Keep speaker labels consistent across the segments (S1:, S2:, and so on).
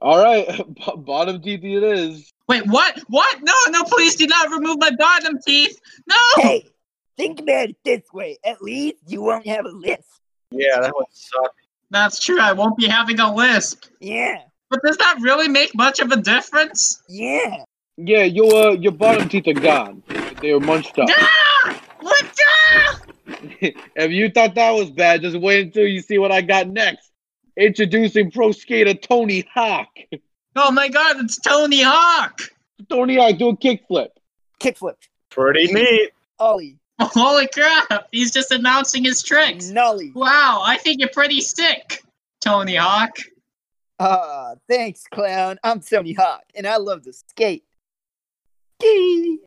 S1: All right, b- bottom teeth it is.
S2: Wait, what? What? No, no, please do not remove my bottom teeth. No.
S3: Hey, think about it this way. At least you won't have a lisp.
S4: Yeah, that would suck.
S2: That's true. I won't be having a lisp.
S3: Yeah,
S2: But does that really make much of a difference?
S3: yeah.
S1: Yeah, your uh, your bottom teeth are gone. They were munched up.
S2: Ah! What? Ah!
S1: if you thought that was bad, just wait until you see what I got next. Introducing pro skater Tony Hawk.
S2: Oh my god, it's Tony Hawk!
S1: Tony Hawk do a kickflip.
S3: Kickflip,
S4: Pretty neat.
S3: ollie,
S2: Holy crap, he's just announcing his tricks.
S3: nollie.
S2: Wow, I think you're pretty sick, Tony Hawk.
S3: Ah, thanks, clown. I'm Tony Hawk, and I love to skate. Gee.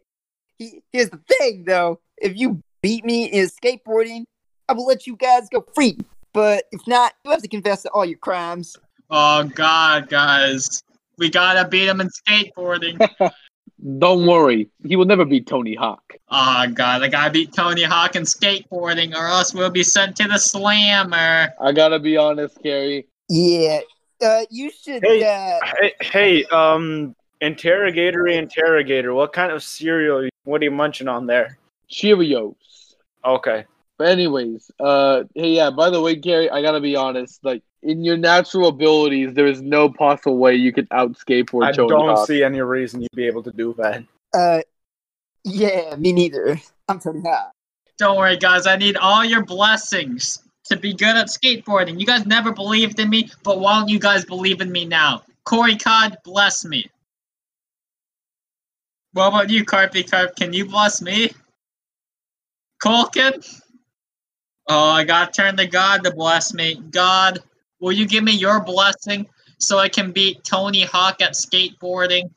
S3: He- Here's the thing, though. If you beat me in skateboarding, I will let you guys go free. But if not, you have to confess to all your crimes.
S2: Oh god, guys. We gotta beat him in skateboarding.
S1: Don't worry, he will never beat Tony Hawk.
S2: oh god, I gotta beat Tony Hawk in skateboarding or else we'll be sent to the slammer.
S1: I gotta be honest, Gary.
S3: Yeah. Uh, you should.
S4: Hey.
S3: Uh,
S4: Hey, hey, um, interrogator, interrogator, what kind of cereal? What are you munching on there?
S1: Cheerios.
S4: Okay.
S1: But anyways, uh, hey, yeah. By the way, Gary, I gotta be honest. Like in your natural abilities, there is no possible way you could out
S4: I
S1: skateboard Tony
S4: don't
S1: Hawk.
S4: see any reason you'd be able to do that.
S3: uh, yeah, me neither. I'm Tony Hawk.
S2: Don't worry, guys, I need all your blessings to be good at skateboarding. You guys never believed in me, but why don't you guys believe in me now? Corey Cod, bless me. What about you, Carpy Carp? Can you bless me? Colkin? Oh, I gotta turn to God to bless me. God, will you give me your blessing so I can beat Tony Hawk at skateboarding?